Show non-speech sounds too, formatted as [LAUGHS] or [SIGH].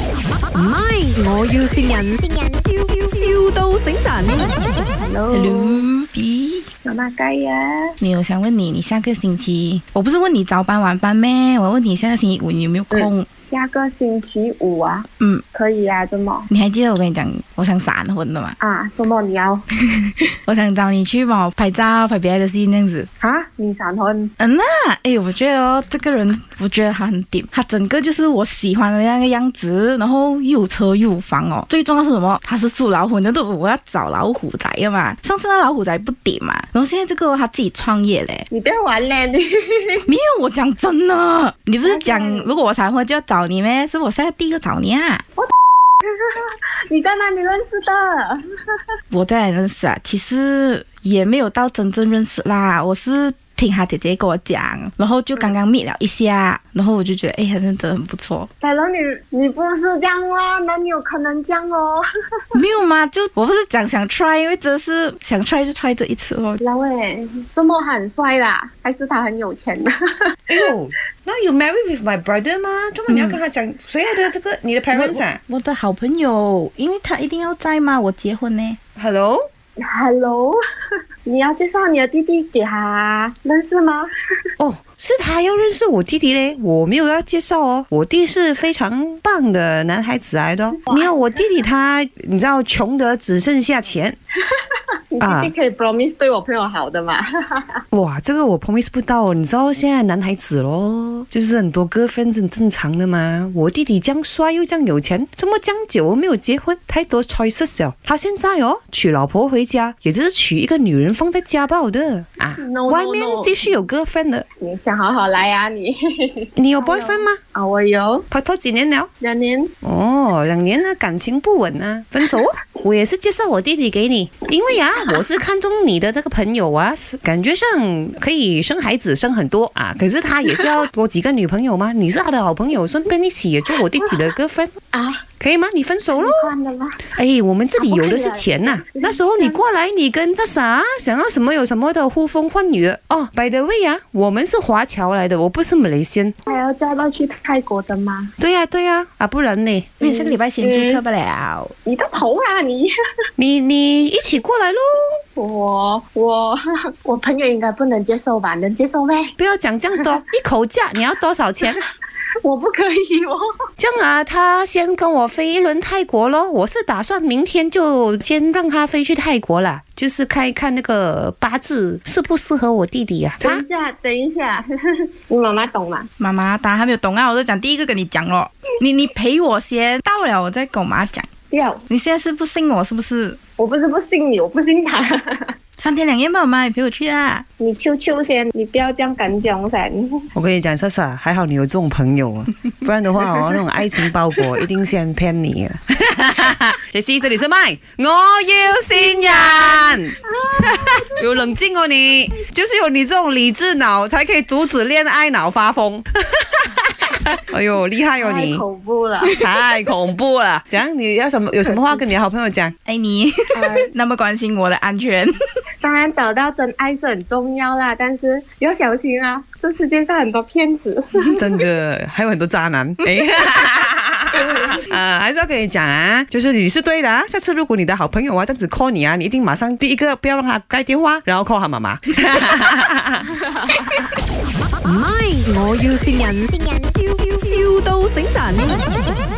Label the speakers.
Speaker 1: 唔係，我要善人，笑笑到醒神。
Speaker 2: Hello B，
Speaker 3: 小辣鸡啊，
Speaker 2: 你有想问你，你下个星期我不是问你早班晚班咩？我问你下个星期五你有没有空？
Speaker 3: 下个星期五啊，
Speaker 2: 嗯，
Speaker 3: 可以啊，周末
Speaker 2: 你还记得我跟你讲，我想闪婚的嘛？
Speaker 3: 啊，周末你要
Speaker 2: 我想找你去帮我拍照、拍别的戏那样子。
Speaker 3: 啊，你闪婚
Speaker 2: 嗯呐、哎，我觉得哦，这个人，我觉得他很顶，他整个就是我喜欢的那个样子，然后又有车又有房哦。最重要是什么？他是属老虎，那都我要找老虎仔的嘛。上次那老虎仔不顶嘛，然后现在这个哦他自己创业嘞。
Speaker 3: 你不要玩嘞，你
Speaker 2: 没有，我讲真的，你不是讲如果我闪婚就要找你咩？是我现在第一个找你啊！
Speaker 3: 你在哪里认识的？
Speaker 2: 我在认识啊，其实也没有到真正认识啦，我是。听他姐姐跟我讲，然后就刚刚 meet 了一下，然后我就觉得，哎，好像真的很不错。
Speaker 3: 反正你你不是这样啊，哪里有可能这样哦？
Speaker 2: 没有嘛，就我不是讲想 try，因为真的是想 try 就 try 这一次哦。
Speaker 3: 然后诶，周末他很帅啦，还是他很有钱的？
Speaker 4: 哎呦，那有 marry with my brother 吗？这么你要跟他讲，谁要的这个你的 parents 啊
Speaker 2: 我我的好朋友，因为他一定要在嘛，我结婚呢。
Speaker 4: ？Hello，
Speaker 3: Hello，你要介绍你的弟弟给他认识吗？
Speaker 4: 哦，是他要认识我弟弟嘞，我没有要介绍哦，我弟是非常棒的男孩子来的、哦，没有我弟弟他，你知道穷得只剩下 [LAUGHS] 钱，
Speaker 3: 你
Speaker 4: 啊
Speaker 3: 弟弟可以 promise 对我朋友好的嘛？
Speaker 4: 哇，这个我 promise 不到哦，你知道现在男孩子咯，就是很多 girlfriend 很正常的嘛。我弟弟这样帅又这样有钱，怎么这样久没有结婚？太多 choices 了。他现在哦，娶老婆回家，也就是娶一个女人放在家暴的啊
Speaker 3: No, no,
Speaker 4: 外面
Speaker 3: no
Speaker 4: 继续有 girlfriend 的。
Speaker 3: 你想好好来啊你
Speaker 4: 你有 boyfriend 吗？
Speaker 3: 啊，我有
Speaker 4: 拍拖几年了？
Speaker 3: 两年。
Speaker 4: 哦，两年了，感情不稳啊，分手哦。我也是介绍我弟弟给你，因 [LAUGHS] 为啊，我是看中你的那个朋友啊，是感觉上可以生孩子生很多啊，可是他也是要多几个女朋友 [LAUGHS] 嘛，你是他的好朋友，顺便一起也做我弟弟的 girlfriend，
Speaker 3: 啊，
Speaker 4: 可以吗？你分手喽。
Speaker 3: 换了吗？
Speaker 4: 哎，我们这里
Speaker 3: 啊不
Speaker 4: 有
Speaker 3: 可以
Speaker 4: 的是
Speaker 3: 啊
Speaker 4: 钱呐、那时候你过来，你跟这啥想要什么有什么的呼风唤雨哦。By the way 啊，我们是华侨来的，我不是马来西亚。
Speaker 3: 还要嫁到去泰国的吗？
Speaker 4: 对呀、对呀、啊，不然呢？
Speaker 2: 因为下个礼拜先注册不了。
Speaker 3: 你的头啊你！
Speaker 4: 你你一起过来喽。
Speaker 3: [LAUGHS] 我我我朋友应该不能接受吧？能接受呗？
Speaker 4: 不要讲这样多，一口价你要多少钱？
Speaker 3: [LAUGHS] 我不可以哦。
Speaker 4: 这样啊，他先跟我飞一轮泰国咯。我是打算明天就先让他飞去泰国啦，就是看一看那个八字适不适合我弟弟呀、啊。
Speaker 3: [LAUGHS] 等
Speaker 4: 他
Speaker 3: 一下，等一下， [LAUGHS] 你妈妈懂吗？
Speaker 2: 妈妈，当然还没有懂啊，我就讲第一个跟你讲咯。你你陪我先，到了我再跟我妈讲。
Speaker 3: 不要，
Speaker 2: 你现在是不信我是不是？
Speaker 3: 我不是不信你，我不信他。 [LAUGHS]
Speaker 2: 三天两夜吧，我妈也陪我去啊。
Speaker 3: 你秋秋先，你不要这样敢讲噻。
Speaker 4: 我跟你讲，莎莎，还好你有这种朋友 [LAUGHS] 啊，不然的话，我那种爱情包裹一定先骗你啊。杰 [LAUGHS] 西，这里是麦，我要 [LAUGHS] 新人。有冷静哦你，就是有你这种理智脑，才可以阻止恋爱脑发 [LAUGHS] 疯。哎呦，厉害哦
Speaker 3: 太
Speaker 4: 你！
Speaker 3: 恐怖了。
Speaker 4: 太恐怖 [LAUGHS] 了！讲你要什么？有什么话跟你的好朋友讲？
Speaker 2: 爱哎你，
Speaker 3: 呃，
Speaker 2: [LAUGHS] 那么关心我的安全。
Speaker 3: 当然找到真爱是很重要啦，但是要小心啊，这世界上很多骗子。
Speaker 4: 真的，还有很多渣男。哎 [LAUGHS] 啊，还是要跟你讲啊，就是你是对的啊。下次如果你的好朋友啊这样子 call 你啊，你一定马上第一个不要让他盖电话，然后 call 他妈妈。
Speaker 1: 唔係，我要善人，笑笑到醒神。